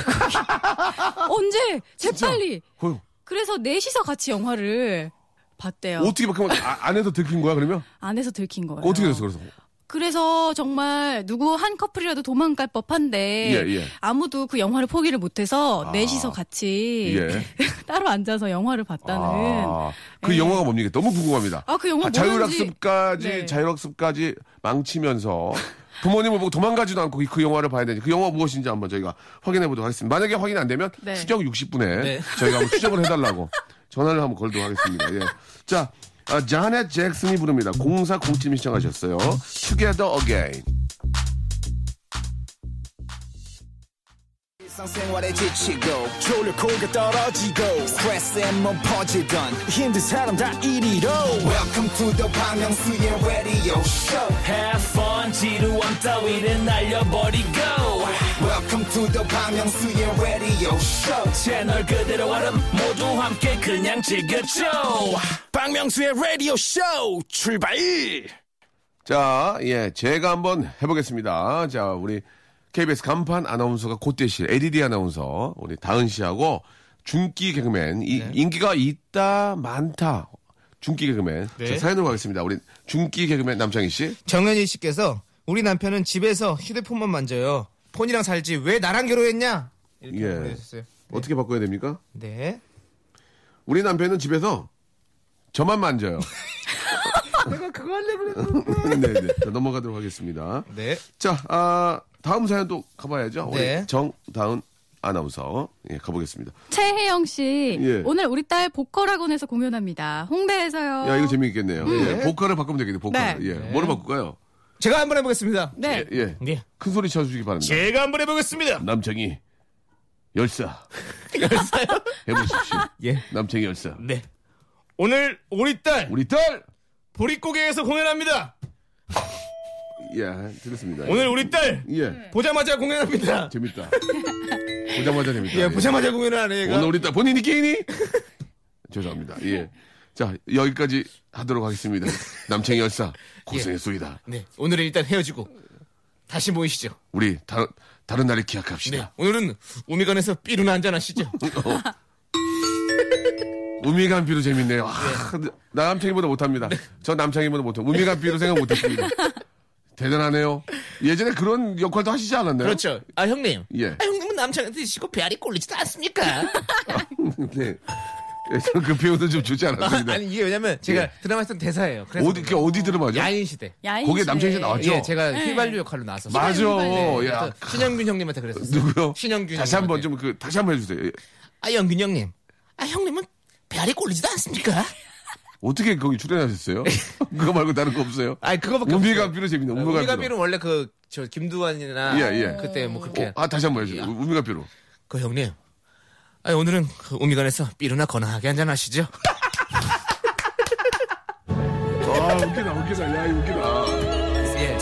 Speaker 3: 언제 재빨리
Speaker 1: 그
Speaker 3: 그래서 넷이서 같이 영화를 봤대요.
Speaker 1: 어떻게 막 그러면 아- 안에서 들킨 거야 그러면?
Speaker 3: 안에서 들킨 거예요.
Speaker 1: 어떻게 됐어 그래서?
Speaker 3: 그래서 정말 누구 한 커플이라도 도망갈 법한데
Speaker 1: 예, 예.
Speaker 3: 아무도 그 영화를 포기를 못해서
Speaker 1: 아.
Speaker 3: 넷이서 같이
Speaker 1: 예.
Speaker 3: 따로 앉아서 영화를 봤다는
Speaker 1: 아, 그
Speaker 3: 예.
Speaker 1: 영화가 뭡니까? 너무 궁금합니다.
Speaker 3: 아, 그 영화 뭐였는지-
Speaker 1: 자율학습까지
Speaker 3: 네.
Speaker 1: 자율학습까지 망치면서 부모님을 보고 도망가지도 않고 그 영화를 봐야 되니 그 영화 무엇인지 한번 저희가 확인해 보도록 하겠습니다. 만약에 확인 안 되면
Speaker 3: 네.
Speaker 1: 추적 60분에 저희가 한번 추적을 해달라고 전화를 한번 걸도록 하겠습니다. 예. 자, 아, 자넷 잭슨이 부릅니다. 0407이 시청하셨어요. Together Again.
Speaker 5: 일상생활에 지치고, 졸려 코가 떨어지고, 스트레스에 몸 퍼지던, 힘든 사람 다 이리로. welcome to the Bang Myung-soo's radio show
Speaker 6: Have fun 지루한 따위를 날려버리고
Speaker 5: welcome to the Bang Myung-soo's radio show
Speaker 6: 채널 그대로 와름 모두 함께 그냥 즐겨줘
Speaker 2: 박명수의 라디오 쇼 출발
Speaker 1: 자, 예, 제가 한번 해보겠습니다. 자, 우리 KBS 간판 아나운서가 고대실 LED 아나운서 우리 다은 씨하고 중기 개그맨 이,
Speaker 4: 네.
Speaker 1: 인기가 있다 많다 중기 개그맨
Speaker 4: 네.
Speaker 1: 자, 사연으로 가겠습니다. 우리 중기 개그맨 남창희 씨.
Speaker 4: 정현일 씨께서 우리 남편은 집에서 휴대폰만 만져요. 폰이랑 살지 왜 나랑 결혼했냐? 이렇게
Speaker 1: 예.
Speaker 4: 보내주셨어요.
Speaker 1: 어떻게 바꿔야 됩니까?
Speaker 4: 네.
Speaker 1: 우리 남편은 집에서 저만 만져요.
Speaker 4: 내가 그거 하려고 그랬어.
Speaker 1: 네, 네. 자, 넘어가도록 하겠습니다.
Speaker 4: 네.
Speaker 1: 자, 아, 다음 사연 또 가봐야죠.
Speaker 4: 네.
Speaker 1: 우리 정다은 아나운서 예, 가보겠습니다.
Speaker 3: 최혜영 씨
Speaker 1: 예.
Speaker 3: 오늘 우리 딸 보컬 학원에서 공연합니다. 홍대에서요.
Speaker 1: 야, 이거 재미있겠네요. 예, 보컬을 바꾸면 되겠네요, 보컬.
Speaker 3: 네.
Speaker 1: 예, 뭐로 바꿀까요?
Speaker 4: 제가 한번 해보겠습니다.
Speaker 3: 네.
Speaker 1: 예, 예.
Speaker 4: 네.
Speaker 1: 큰 소리 쳐주시기 바랍니다.
Speaker 2: 제가 한번 해보겠습니다
Speaker 1: 남창이 열사. 해보십시오.
Speaker 4: 예.
Speaker 1: 남창이 열사.
Speaker 2: 네 오늘 우리 딸
Speaker 1: 우리 딸!
Speaker 2: 보릿고개에서 공연합니다
Speaker 1: 예, 들었습니다.
Speaker 2: 오늘 우리 딸
Speaker 1: 예,
Speaker 2: 보자마자 공연합니다
Speaker 1: 재밌다. 보자마자 재밌다.
Speaker 4: 예, 보자마자 공연을 하네, 얘가.
Speaker 1: 오늘 우리 딸 본인이 게이니? 죄송합니다. 예. 자, 여기까지 하도록 하겠습니다. 남창이 열사. 고생했습니다.
Speaker 4: 네. 오늘은 일단 헤어지고 다시 모이시죠.
Speaker 1: 우리 다, 다른 날에
Speaker 4: 네.
Speaker 1: 기약합시다.
Speaker 4: 오늘은 우미관에서 삐루나 한잔 하시죠.
Speaker 1: 우미간비로 재밌네요. 아, 나 남창이보다 못합니다.
Speaker 4: 네.
Speaker 1: 저 남창이보다 못해. 우미간비로 생각 못했습니다. 대단하네요. 예전에 그런 역할도 하시지 않았나요?
Speaker 4: 그렇죠. 아, 형님.
Speaker 1: 예.
Speaker 4: 아, 형님은 남편한테 시고 배알이 꼴리지도 않습니까?
Speaker 1: 네. 예전 그 표현은 좀 좋지 않았습니다.
Speaker 4: 아니, 이게 왜냐면 제가
Speaker 1: 그러니까. 예.
Speaker 4: 드라마 했던 대사예요. 그래서 뭐
Speaker 1: 어디, 그게 어디 들어맞죠?
Speaker 4: 야인 시대.
Speaker 3: 야인
Speaker 1: 거기에
Speaker 3: 씨.
Speaker 1: 남창희 씨 나왔죠?
Speaker 4: 예, 제가 휘발유 역할로 나왔었어요. 네,
Speaker 1: 맞아.
Speaker 3: 휘발유.
Speaker 1: 야.
Speaker 4: 그래서 신영균 형님한테 그랬었어요.
Speaker 1: 누구요?
Speaker 4: 신영균
Speaker 1: 다시 한번
Speaker 4: 형님한테.
Speaker 1: 좀 그, 다시 한번 해주세요. 예.
Speaker 4: 아, 영균 형님. 아, 형님은 배알이 꼴리지도 않습니까?
Speaker 1: 어떻게 거기 출연하셨어요? 그거 말고 다른 거 없어요?
Speaker 4: 아, 그거밖에
Speaker 1: 우미간비로 재밌네.
Speaker 4: 없어요. 우미가비는
Speaker 1: 우미간비로.
Speaker 4: 원래 그, 저, 김두환이나.
Speaker 1: 예, 예.
Speaker 4: 그때 뭐 그렇게.
Speaker 1: 아, 다시 한번 해주세요. 우미간비로.
Speaker 4: 그 형님. 아, 오늘은 그 우미관에서 삐루나 건하게 한잔 하시죠.
Speaker 1: 웃기다, 웃기다. 야, 이거 웃기다.
Speaker 4: 예.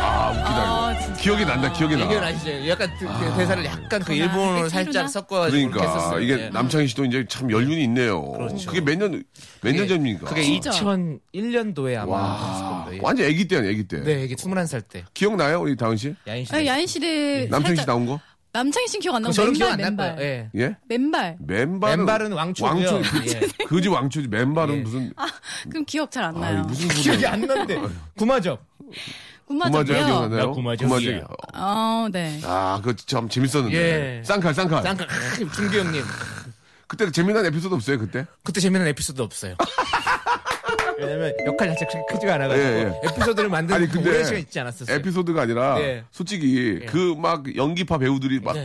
Speaker 1: 아, 웃기다.
Speaker 3: 아,
Speaker 1: 이거.
Speaker 3: 진짜.
Speaker 1: 기억이 난다, 기억이 나.
Speaker 4: 이건 예, 아시죠? 약간 그- 그 대사를 약간 그 일본어로
Speaker 3: 그렇구나.
Speaker 4: 살짝 섞어가지고 이렇게
Speaker 1: 그러니까
Speaker 4: 했었어요.
Speaker 1: 이게
Speaker 4: 예.
Speaker 1: 남창희 씨도 이제 참 연륜이 있네요.
Speaker 4: 그렇죠.
Speaker 1: 그게 몇 년 몇 년 전입니까?
Speaker 4: 예. 그게
Speaker 3: 진짜.
Speaker 4: 2001년도에 아마
Speaker 1: 와,
Speaker 4: 했을 겁니다.
Speaker 1: 완전 아기 때야, 아기 때.
Speaker 4: 예. 네, 이게 21살 때.
Speaker 1: 기억나요, 우리 다은 씨?
Speaker 4: 야인 씨.
Speaker 3: 아, 야인
Speaker 4: 네,
Speaker 3: 씨대
Speaker 1: 음. 남창희 씨 나온 거?
Speaker 3: 남창희 씨 기억 안 나고
Speaker 4: 저는 기억
Speaker 3: 맨발
Speaker 4: 안 날 거예요.
Speaker 3: 맨발
Speaker 4: 예.
Speaker 1: 예?
Speaker 3: 맨발
Speaker 1: 맨발은
Speaker 4: 맨발은 왕초고요. 예.
Speaker 1: 그지 왕초지. 맨발은
Speaker 4: 예.
Speaker 1: 무슨
Speaker 3: 그럼 기억 잘 안
Speaker 1: 아이,
Speaker 3: 나요.
Speaker 1: 무슨
Speaker 2: 기억이
Speaker 1: 소리야.
Speaker 2: 안 나는데.
Speaker 1: 아.
Speaker 2: 구마적.
Speaker 1: 구마저야
Speaker 3: 군마저요.
Speaker 1: 기억나나요?
Speaker 2: 나 구마저야.
Speaker 1: 구마저야.
Speaker 3: 어, 네.
Speaker 1: 아, 그거 참 재밌었는데.
Speaker 4: 예.
Speaker 1: 쌍칼, 쌍칼.
Speaker 4: 짱가 준규 아, 형님.
Speaker 1: 그때 재미난 에피소드 없어요, 그때?
Speaker 4: 그때 재미난 에피소드 없어요. 왜냐면 역할 자체가 그렇게 크지가 않아가지고
Speaker 1: 예, 예.
Speaker 4: 에피소드를 만드는
Speaker 1: 아니, 근데
Speaker 4: 오랜 시간 있지 않았었어요.
Speaker 1: 에피소드가 아니라
Speaker 4: 예.
Speaker 1: 솔직히 그 막 연기파 배우들이 막 쫙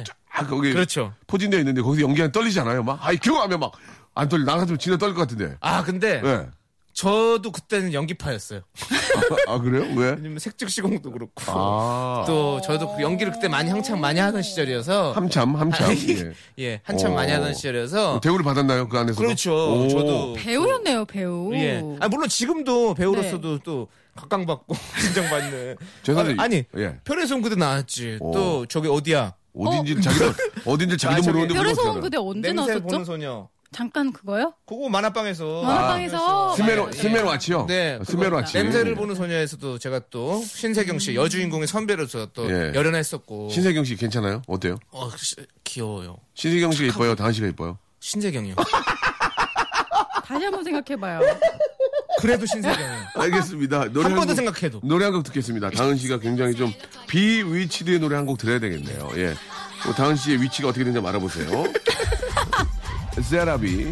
Speaker 4: 네.
Speaker 1: 거기
Speaker 4: 그렇죠.
Speaker 1: 포진되어 있는데 거기서 연기하면 떨리잖아요. 막 아이 경하면 막 안 떨리. 나 같으면 진짜 떨릴 것 같은데. 예.
Speaker 4: 아 근데
Speaker 1: 왜?
Speaker 4: 저도 그때는 연기파였어요.
Speaker 1: 아, 그래요? 왜?
Speaker 4: 왜냐면 색즉시공도 그렇고
Speaker 1: 아.
Speaker 4: 또 저도 그 연기를 그때 많이 한창 많이 하던 시절이어서
Speaker 1: 함참 함참. 예.
Speaker 4: 예 한참
Speaker 1: 어.
Speaker 4: 많이 하던 시절이어서
Speaker 1: 대우를 받았나요 그 안에서?
Speaker 4: 그렇죠. 저도
Speaker 3: 배우였네요, 배우.
Speaker 4: 예. 아 물론 지금도 배우로서도
Speaker 3: 네.
Speaker 4: 또 각광받고 인정받는.
Speaker 1: 죄송해요.
Speaker 4: 아, 아니
Speaker 1: 예.
Speaker 4: 편의점 그대 나왔지.
Speaker 1: 오.
Speaker 4: 또 저기 어디야?
Speaker 1: 어딘지 자기도 어딘지
Speaker 4: 아,
Speaker 1: 자기도
Speaker 4: 저기
Speaker 1: 모르는데
Speaker 3: 별에서 온
Speaker 1: 물어봤잖아.
Speaker 3: 그대 언제
Speaker 4: 냄새 보는
Speaker 3: 나왔었죠?
Speaker 4: 소녀.
Speaker 3: 잠깐 그거요?
Speaker 4: 그거 만화방에서.
Speaker 3: 만화방에서
Speaker 1: 어. 아.
Speaker 3: 네.
Speaker 1: 스메로 스메로아치요.
Speaker 4: 네,
Speaker 1: 스메로아치.
Speaker 4: 냄새를 보는 소녀에서도 제가 또 신세경
Speaker 3: 음.
Speaker 4: 씨 여주인공의 선배로서 또
Speaker 1: 예.
Speaker 4: 열연했었고.
Speaker 1: 신세경 씨 괜찮아요? 어때요?
Speaker 4: 어, 시- 귀여워요.
Speaker 1: 신세경 씨가 이뻐요. 다은 씨가 이뻐요.
Speaker 4: 신세경이요.
Speaker 3: 다시 한번 생각해봐요.
Speaker 4: 그래도 신세경이요.
Speaker 1: 알겠습니다. 노래
Speaker 4: 한 번 더
Speaker 1: 곡-
Speaker 4: 생각해도.
Speaker 1: 노래 한 곡 듣겠습니다. 다은 씨가 굉장히 좀 비위치드의 노래 한 곡 들어야 되겠네요. 예. 뭐 다은 씨의 위치가 어떻게 되는지 한번 알아보세요. 세라비.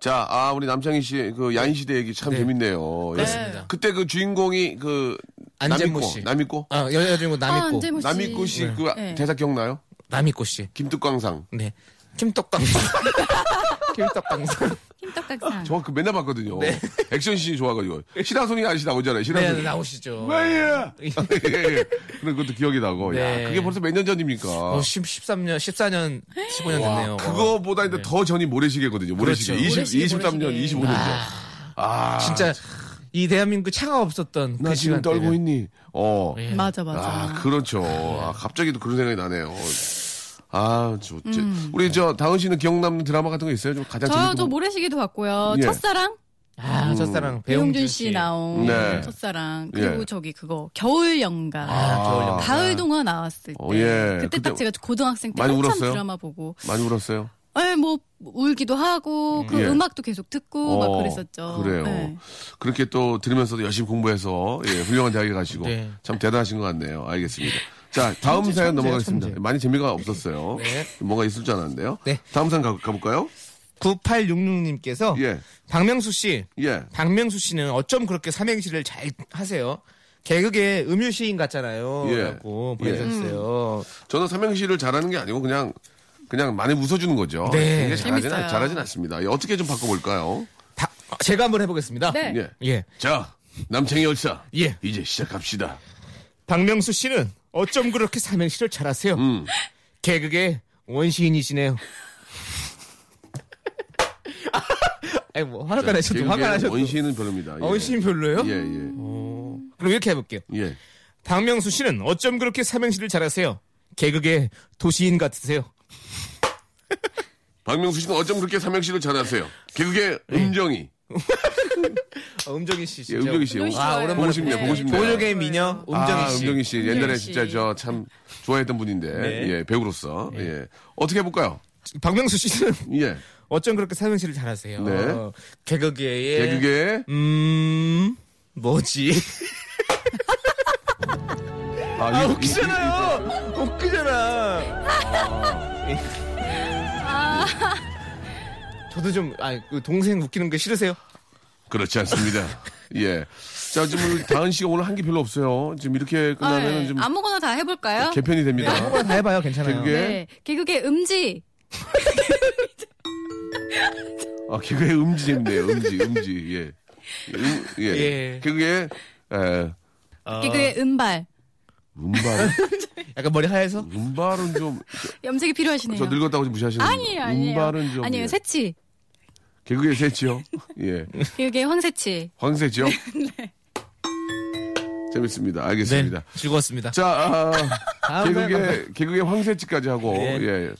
Speaker 1: 자, 아, 우리 남창희 씨의 그 야인시대 얘기 참 재밌네요. 예.
Speaker 4: 그렇습니다.
Speaker 1: 그때 그 주인공이 그
Speaker 4: 안재모
Speaker 1: 남이꼬,
Speaker 4: 씨.
Speaker 1: 남이꼬?
Speaker 4: 아, 여- 여주인공
Speaker 3: 아,
Speaker 4: 남이꼬.
Speaker 3: 안재모 씨.
Speaker 1: 남이꼬 씨 그
Speaker 3: 네.
Speaker 1: 대사 기억나요?
Speaker 4: 남이꼬 씨.
Speaker 1: 김뚝광상.
Speaker 4: 네. 김떡강사. 김떡강사.
Speaker 3: 힘떡각상.
Speaker 1: 저 그 맨날 봤거든요. 액션 씬이 좋아가지고. 시라소니 아저씨 나오잖아요.
Speaker 4: 네,
Speaker 1: 시라소니.
Speaker 4: 나오시죠.
Speaker 1: 예, 예. 근데 그것도 기억이 나고.
Speaker 4: 네.
Speaker 1: 야, 그게 벌써 몇 년 전입니까?
Speaker 4: 어, 13년, 14년, 15년 됐네요. 어.
Speaker 1: 그거보다 이제 더 전이 모래시계거든요. 모래시계.
Speaker 4: 그렇죠.
Speaker 1: 20,
Speaker 3: 모래시계,
Speaker 1: 23년,
Speaker 3: 모래시계.
Speaker 1: 25년 전. 아,
Speaker 4: 진짜 이 대한민국 차가 없었던
Speaker 1: 나 지금
Speaker 4: 그 시간 네.
Speaker 1: 떨고 있니? 어.
Speaker 3: 예. 맞아, 맞아.
Speaker 1: 아, 그렇죠. 아, 갑자기 또 그런 생각이 나네요. 아, 저, 제- 우리 저, 다은 씨는 기억남는 드라마 같은 거 있어요? 좀 가장
Speaker 3: 음. 저,
Speaker 1: 재밌는
Speaker 3: 저
Speaker 1: 거.
Speaker 3: 모래시계도 봤고요.
Speaker 1: 뭐- 예.
Speaker 3: 첫사랑?
Speaker 4: 아,
Speaker 1: 음.
Speaker 4: 첫사랑
Speaker 3: 그 배용준 씨 나온
Speaker 1: 네.
Speaker 3: 첫사랑. 그리고
Speaker 1: 예.
Speaker 3: 저기 그거, 겨울연가.
Speaker 4: 아, 겨울연가.
Speaker 3: 가을 동화 나왔을 때.
Speaker 1: 어, 예.
Speaker 3: 그때 딱
Speaker 1: 그때
Speaker 3: 제가 고등학생 때
Speaker 1: 많이
Speaker 3: 한참
Speaker 1: 울었어요?
Speaker 3: 드라마 보고.
Speaker 1: 많이 울었어요?
Speaker 3: 예, 뭐, 울기도 하고, 그
Speaker 1: 예.
Speaker 3: 음악도 계속 듣고,
Speaker 1: 어,
Speaker 3: 막 그랬었죠.
Speaker 1: 그래요.
Speaker 3: 예.
Speaker 1: 그렇게 또 들으면서도 열심히 공부해서 예, 훌륭한 대학에 가시고
Speaker 4: 네.
Speaker 1: 참 대단하신 것 같네요. 알겠습니다. 자, 다음 사연 넘어가겠습니다. 예, 많이 재미가 없었어요.
Speaker 4: 네.
Speaker 1: 뭔가 있을 줄 알았는데요.
Speaker 4: 네.
Speaker 1: 다음 사연 가, 볼까요
Speaker 4: 9866님께서
Speaker 1: 예.
Speaker 4: 박명수 씨,
Speaker 1: 예.
Speaker 4: 박명수 씨는 어쩜 그렇게 삼행시를 잘 하세요? 개그계 음유시인 같잖아요.
Speaker 1: 예.
Speaker 4: 라고 보내주셨어요.
Speaker 3: 음.
Speaker 1: 저는 삼행시를 잘하는 게 아니고 그냥 그냥 많이 웃어주는 거죠.
Speaker 4: 네.
Speaker 1: 굉장히 잘하진,
Speaker 3: 재밌어요.
Speaker 1: 않- 잘하진 않습니다. 예, 어떻게 좀 바꿔볼까요?
Speaker 4: 다- 제가 한번 해보겠습니다.
Speaker 3: 네.
Speaker 1: 예.
Speaker 4: 예.
Speaker 1: 자, 남창희 열사.
Speaker 4: 예.
Speaker 1: 이제 시작합시다.
Speaker 4: 박명수 씨는 어쩜 그렇게 삼행시를 잘하세요?
Speaker 1: 음.
Speaker 4: 개그의 원시인이시네요. 아니 뭐 화가 나셔도
Speaker 1: 개그계의
Speaker 4: 화가 나셔도
Speaker 1: 원시는 별로입니다. 예.
Speaker 4: 원시인 별로예요?
Speaker 1: 예, 예.
Speaker 4: 그럼 이렇게 해볼게요.
Speaker 1: 예.
Speaker 4: 박명수 씨는 어쩜 그렇게 삼행시를 잘하세요? 개그의 도시인 같으세요.
Speaker 1: 박명수 씨는 어쩜 그렇게 삼행시를 잘하세요? 개그계 음정이.
Speaker 4: 아, 음정희 씨
Speaker 1: 예,
Speaker 4: 진짜.
Speaker 1: 음정이 씨.
Speaker 3: 음정이 씨
Speaker 4: 아
Speaker 3: 좋아요.
Speaker 4: 오랜만에
Speaker 1: 보고 싶네요, 보고 싶네요.
Speaker 4: 조력의 미녀 음정희
Speaker 1: 아,
Speaker 4: 씨.
Speaker 1: 음정희 씨. 옛날에
Speaker 3: 음정희 씨.
Speaker 1: 진짜 저 참 좋아했던 분인데,
Speaker 4: 네.
Speaker 1: 예, 배우로서. 예. 어떻게 해볼까요?
Speaker 4: 박명수 씨는
Speaker 1: 예.
Speaker 4: 어쩜 그렇게 삼행시를 잘하세요? 어,
Speaker 1: 네.
Speaker 4: 개그계의
Speaker 1: 개그계.
Speaker 4: 음 뭐지?
Speaker 1: 아,
Speaker 4: 아,
Speaker 1: 이- 이-
Speaker 4: 웃기잖아요. 웃기잖아. 저도 좀, 아니, 그 동생 웃기는 게 싫으세요?
Speaker 1: 그렇지 않습니다. 예. 자, 지금 우리 다은 씨가 오늘 한 게 별로 없어요. 지금 이렇게 끝나면
Speaker 3: 예.
Speaker 1: 좀
Speaker 3: 아무거나 네. 다 해볼까요?
Speaker 1: 개편이 됩니다.
Speaker 4: 다 해봐요, 괜찮아요.
Speaker 1: 개그계.
Speaker 3: 네. 개그계 음지.
Speaker 1: 아, 개그의 음지 재밌네요. 음지, 음지. 예. 음, 예.
Speaker 4: 예.
Speaker 1: 개그의, 에, 아.
Speaker 3: 개그의 음발.
Speaker 1: 음발.
Speaker 4: 약간 머리 하얘서?
Speaker 1: 음발은 좀,
Speaker 3: 염색이 필요하시네요.
Speaker 1: 저 늙었다고 좀 무시하시는
Speaker 3: 아니에요, 아니에요.
Speaker 1: 음발은 좀.
Speaker 3: 아니에요,
Speaker 1: 예.
Speaker 3: 새치.
Speaker 1: 개그의 새치요. 예.
Speaker 3: 이게 황새치.
Speaker 1: 황새지요? 재밌습니다.
Speaker 4: 네,
Speaker 1: 알겠습니다.
Speaker 4: 즐거웠습니다.
Speaker 1: 자, 아,
Speaker 4: 다음 사연
Speaker 1: 개그의, 개그의 황새치까지 하고,
Speaker 4: 네.
Speaker 1: 예.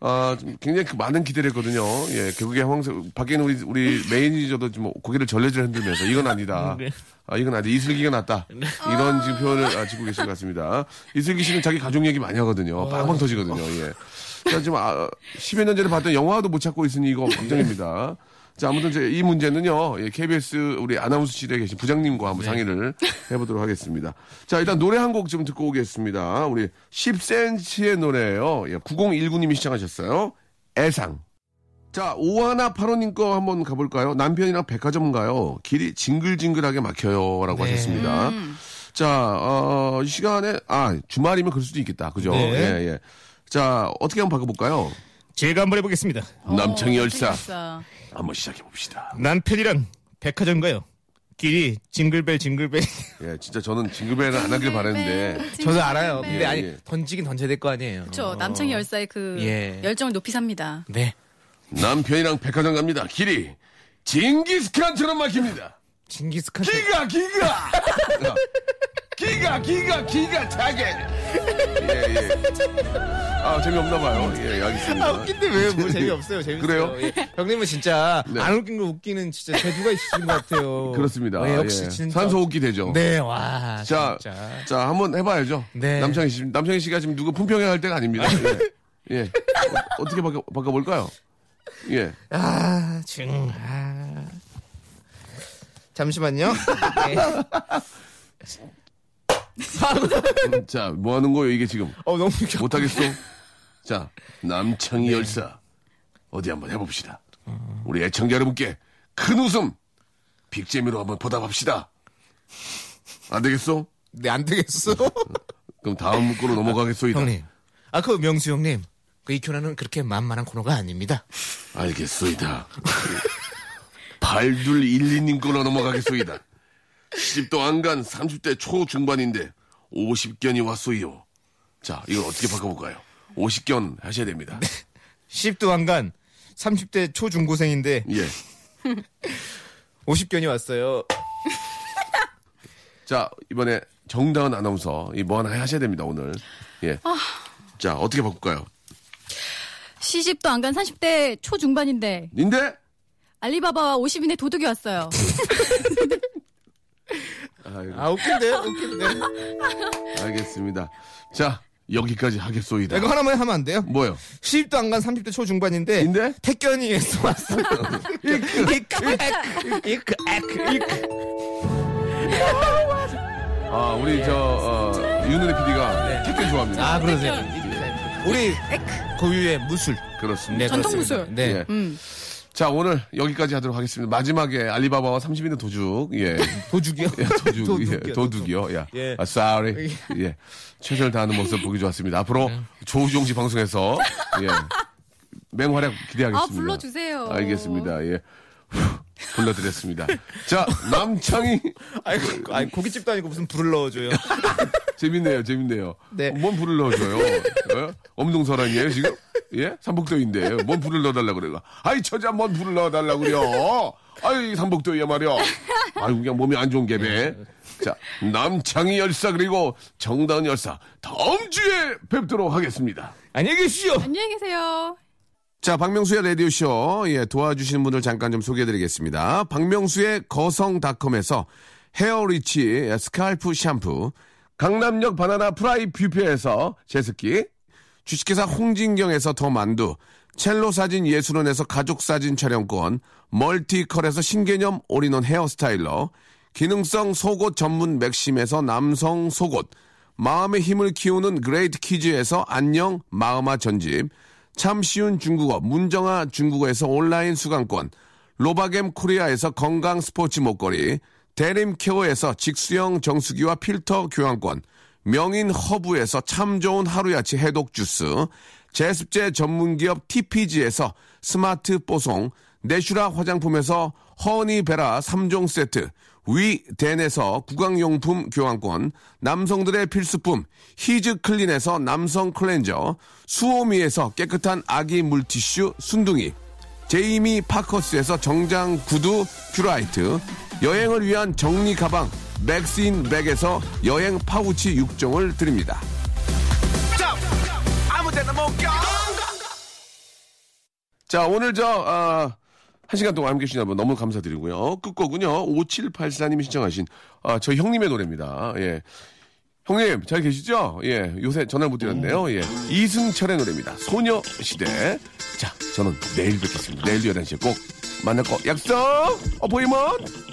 Speaker 1: 아, 좀 굉장히 그 많은 기대를 했거든요. 예, 개그의 황새, 밖에 는 우리, 우리 매니저도 좀 고개를 절레절 흔들면서 이건 아니다.
Speaker 4: 네.
Speaker 1: 아, 이건 아니다. 이슬기가 낫다. 이런 지금 표현을 아, 짓고 계신 것 같습니다. 이슬기 씨는 자기 가족 얘기 많이 하거든요. 빵빵 터지거든요. 예. 자, 지금 아, 10여 년 전에 봤던 영화도 못 찾고 있으니 이거 걱정입니다. 자, 아무튼 이제 이 문제는요, 예, KBS 우리 아나운서실에 계신 부장님과 한번 상의를 해보도록 하겠습니다. 자, 일단 노래 한 곡 좀 듣고 오겠습니다. 우리 10cm의 노래예요. 예, 9019님이 시청하셨어요. 애상. 자, 오하나 파로님 거 한번 가볼까요? 남편이랑 백화점 가요. 길이 징글징글하게 막혀요. 라고
Speaker 4: 네.
Speaker 1: 하셨습니다. 자, 어, 이 시간에, 아, 주말이면 그럴 수도 있겠다. 그죠?
Speaker 2: 네.
Speaker 1: 예, 예. 자, 어떻게 한번 바꿔볼까요?
Speaker 2: 제가 한번 해보겠습니다.
Speaker 1: 어, 남창희
Speaker 3: 어,
Speaker 1: 열사.
Speaker 3: 열사.
Speaker 1: 한번 시작해봅시다.
Speaker 2: 남편이랑 백화점 가요. 길이 징글벨 징글벨.
Speaker 1: 예, 진짜 저는 징글벨을 안 하길 바랬는데.
Speaker 4: 저도 알아요.
Speaker 1: 예,
Speaker 4: 근데 아니
Speaker 1: 예.
Speaker 4: 던지긴 던져야 될 거 아니에요.
Speaker 3: 그렇죠. 남창희 열사의 그
Speaker 4: 어. 예.
Speaker 3: 열정을 높이 삽니다.
Speaker 4: 네.
Speaker 1: 남편이랑 백화점 갑니다. 길이 징기스칸처럼 막힙니다.
Speaker 4: 징기스칸
Speaker 1: 기가 기가 기가 기가 기가 차게 예예 아 재미없나 봐요 예 알겠습니다
Speaker 4: 아, 웃긴데 왜뭐 재미없어요. 재밌어요.
Speaker 1: 그래요?
Speaker 4: 예. 형님은 진짜
Speaker 1: 네.
Speaker 4: 안 웃긴 걸 웃기는 진짜 재주가 있으신 것 같아요.
Speaker 1: 그렇습니다
Speaker 4: 예, 역시
Speaker 1: 예.
Speaker 4: 진짜.
Speaker 1: 산소 호흡기 되죠
Speaker 4: 네, 와.
Speaker 1: 자,
Speaker 4: 진짜.
Speaker 1: 자, 한번 해봐야죠.
Speaker 4: 네.
Speaker 1: 남창희 씨, 남창희 씨가 지금 누구 품평해 할 때가 아닙니다. 예. 예. 어, 떻게 바꿔, 바꿔볼까요? 예.
Speaker 4: 아, 증. 아. 잠시만요. 네.
Speaker 1: 음, 자, 뭐 하는 거예요, 이게 지금?
Speaker 4: 어, 너무 웃겨.
Speaker 1: 못하겠어? 자, 남창희 열사. 어디 한번 해봅시다. 우리 애청자 여러분께 큰 웃음, 빅재미로 한번 보답합시다. 안 되겠어?
Speaker 4: 네, 안 되겠어.
Speaker 1: 그럼 다음 문구로 넘어가겠소이다.
Speaker 4: 형님. 아, 그 명수 형님. 그 이큐나는 그렇게 만만한 코너가 아닙니다.
Speaker 1: 알겠소이다. 발둘 1, 2님 거로 넘어가겠소이다. 시집도 안 간 30대 초중반인데 50견이 왔소이요. 자, 이걸 어떻게 바꿔볼까요? 50견 하셔야 됩니다.
Speaker 4: 10도 안간 30대 초중고생인데
Speaker 1: 예.
Speaker 4: 50견이 왔어요.
Speaker 1: 자, 이번에 정다은 아나운서, 이 뭐 하나 하셔야 됩니다, 오늘. 예. 자, 어떻게 바꿀까요?
Speaker 3: 시집도 안 간 30대 초중반인데
Speaker 1: 인데?
Speaker 3: 알리바바와 50인의 도둑이 왔어요.
Speaker 4: 아, 웃긴데? 웃긴데?
Speaker 1: 알겠습니다. 자, 여기까지 하겠소이다.
Speaker 4: 이거 하나만 하면 안 돼요?
Speaker 1: 뭐요?
Speaker 4: 시집도 안 간 30대 초중반인데
Speaker 1: 인데?
Speaker 4: 택견이에서 왔어요. 이크, 이크, 이크, 이크.
Speaker 1: 아, 우리 저, 어, 윤은혜 PD가 택배 좋아합니다.
Speaker 4: 아 그러세요. 네. 우리 고유의 무술.
Speaker 1: 그렇습니다.
Speaker 3: 전통 무술.
Speaker 4: 네.
Speaker 1: 예. 자, 오늘 여기까지 하도록 하겠습니다. 마지막에 알리바바와 30인의 도둑. 예.
Speaker 4: 도주기요.
Speaker 1: 예, 도둑,
Speaker 4: 도둑이요,
Speaker 1: 예, 도둑이요. 야,
Speaker 4: 예.
Speaker 1: 아, sorry. 예, 최선을 다하는 모습 보기 좋았습니다. 앞으로 조우종 씨 방송에서 예, 맹활약 기대하겠습니다.
Speaker 3: 아, 불러주세요.
Speaker 1: 알겠습니다. 예, 후, 불러드렸습니다. 자, 남창이
Speaker 4: 아니, 그- 아니 고깃집도 아니고 무슨 불을 넣어줘요.
Speaker 1: 재밌네요, 재밌네요.
Speaker 4: 네.
Speaker 1: 뭔 불을 넣어줘요? 예? 엄동설한이에요 지금? 예, 삼복도인데 뭔 불을 넣어달라 그래요? 아이 저자 뭔 불을 넣어달라 그래요? 아이 삼복도야 말이야. 아이 그냥 몸이 안 좋은 개배. 자, 남창희 열사 그리고 정다은 열사 다음 주에 뵙도록 하겠습니다.
Speaker 4: 안녕히 계십시오.
Speaker 3: 안녕히 계세요.
Speaker 1: 자, 박명수의 라디오쇼. 예, 도와주시는 분들 잠깐 좀 소개해드리겠습니다. 박명수의 거성닷컴에서 헤어리치 스칼프 샴푸, 강남역 바나나 프라이 뷔페에서 제습기, 주식회사 홍진경에서 더 만두, 첼로 사진 예술원에서 가족 사진 촬영권, 멀티컬에서 신개념 올인원 헤어스타일러, 기능성 속옷 전문 맥심에서 남성 속옷, 마음의 힘을 키우는 그레이트 키즈에서 안녕 마음아 전집, 참 쉬운 중국어 문정아 중국어에서 온라인 수강권, 로바겜 코리아에서 건강 스포츠 목걸이, 대림 케어에서 직수형 정수기와 필터 교환권, 명인 허브에서 참 좋은 하루야치 해독 주스, 제습제 전문기업 TPG에서 스마트 뽀송, 내슈라 화장품에서 허니베라 3종 세트, 위덴에서 구강용품 교환권, 남성들의 필수품 히즈클린에서 남성 클렌저, 수오미에서 깨끗한 아기 물티슈 순둥이, 제이미 파커스에서 정장 구두 큐라이트, 여행을 위한 정리 가방 맥스인 백에서 여행 파우치 6종을 드립니다. 자, 오늘 저, 아, 한 시간 동안 함께 해주신 여러분 너무 감사드리고요. 어, 끝곡은요, 5784님이 신청하신, 아, 저희 형님의 노래입니다. 예. 형님, 잘 계시죠? 예. 요새 전화 못 드렸네요. 예. 이승철의 노래입니다. 소녀시대. 자, 저는 내일 뵙겠습니다. 내일 11시에 꼭 만날 거 약속! 어, 보이먼!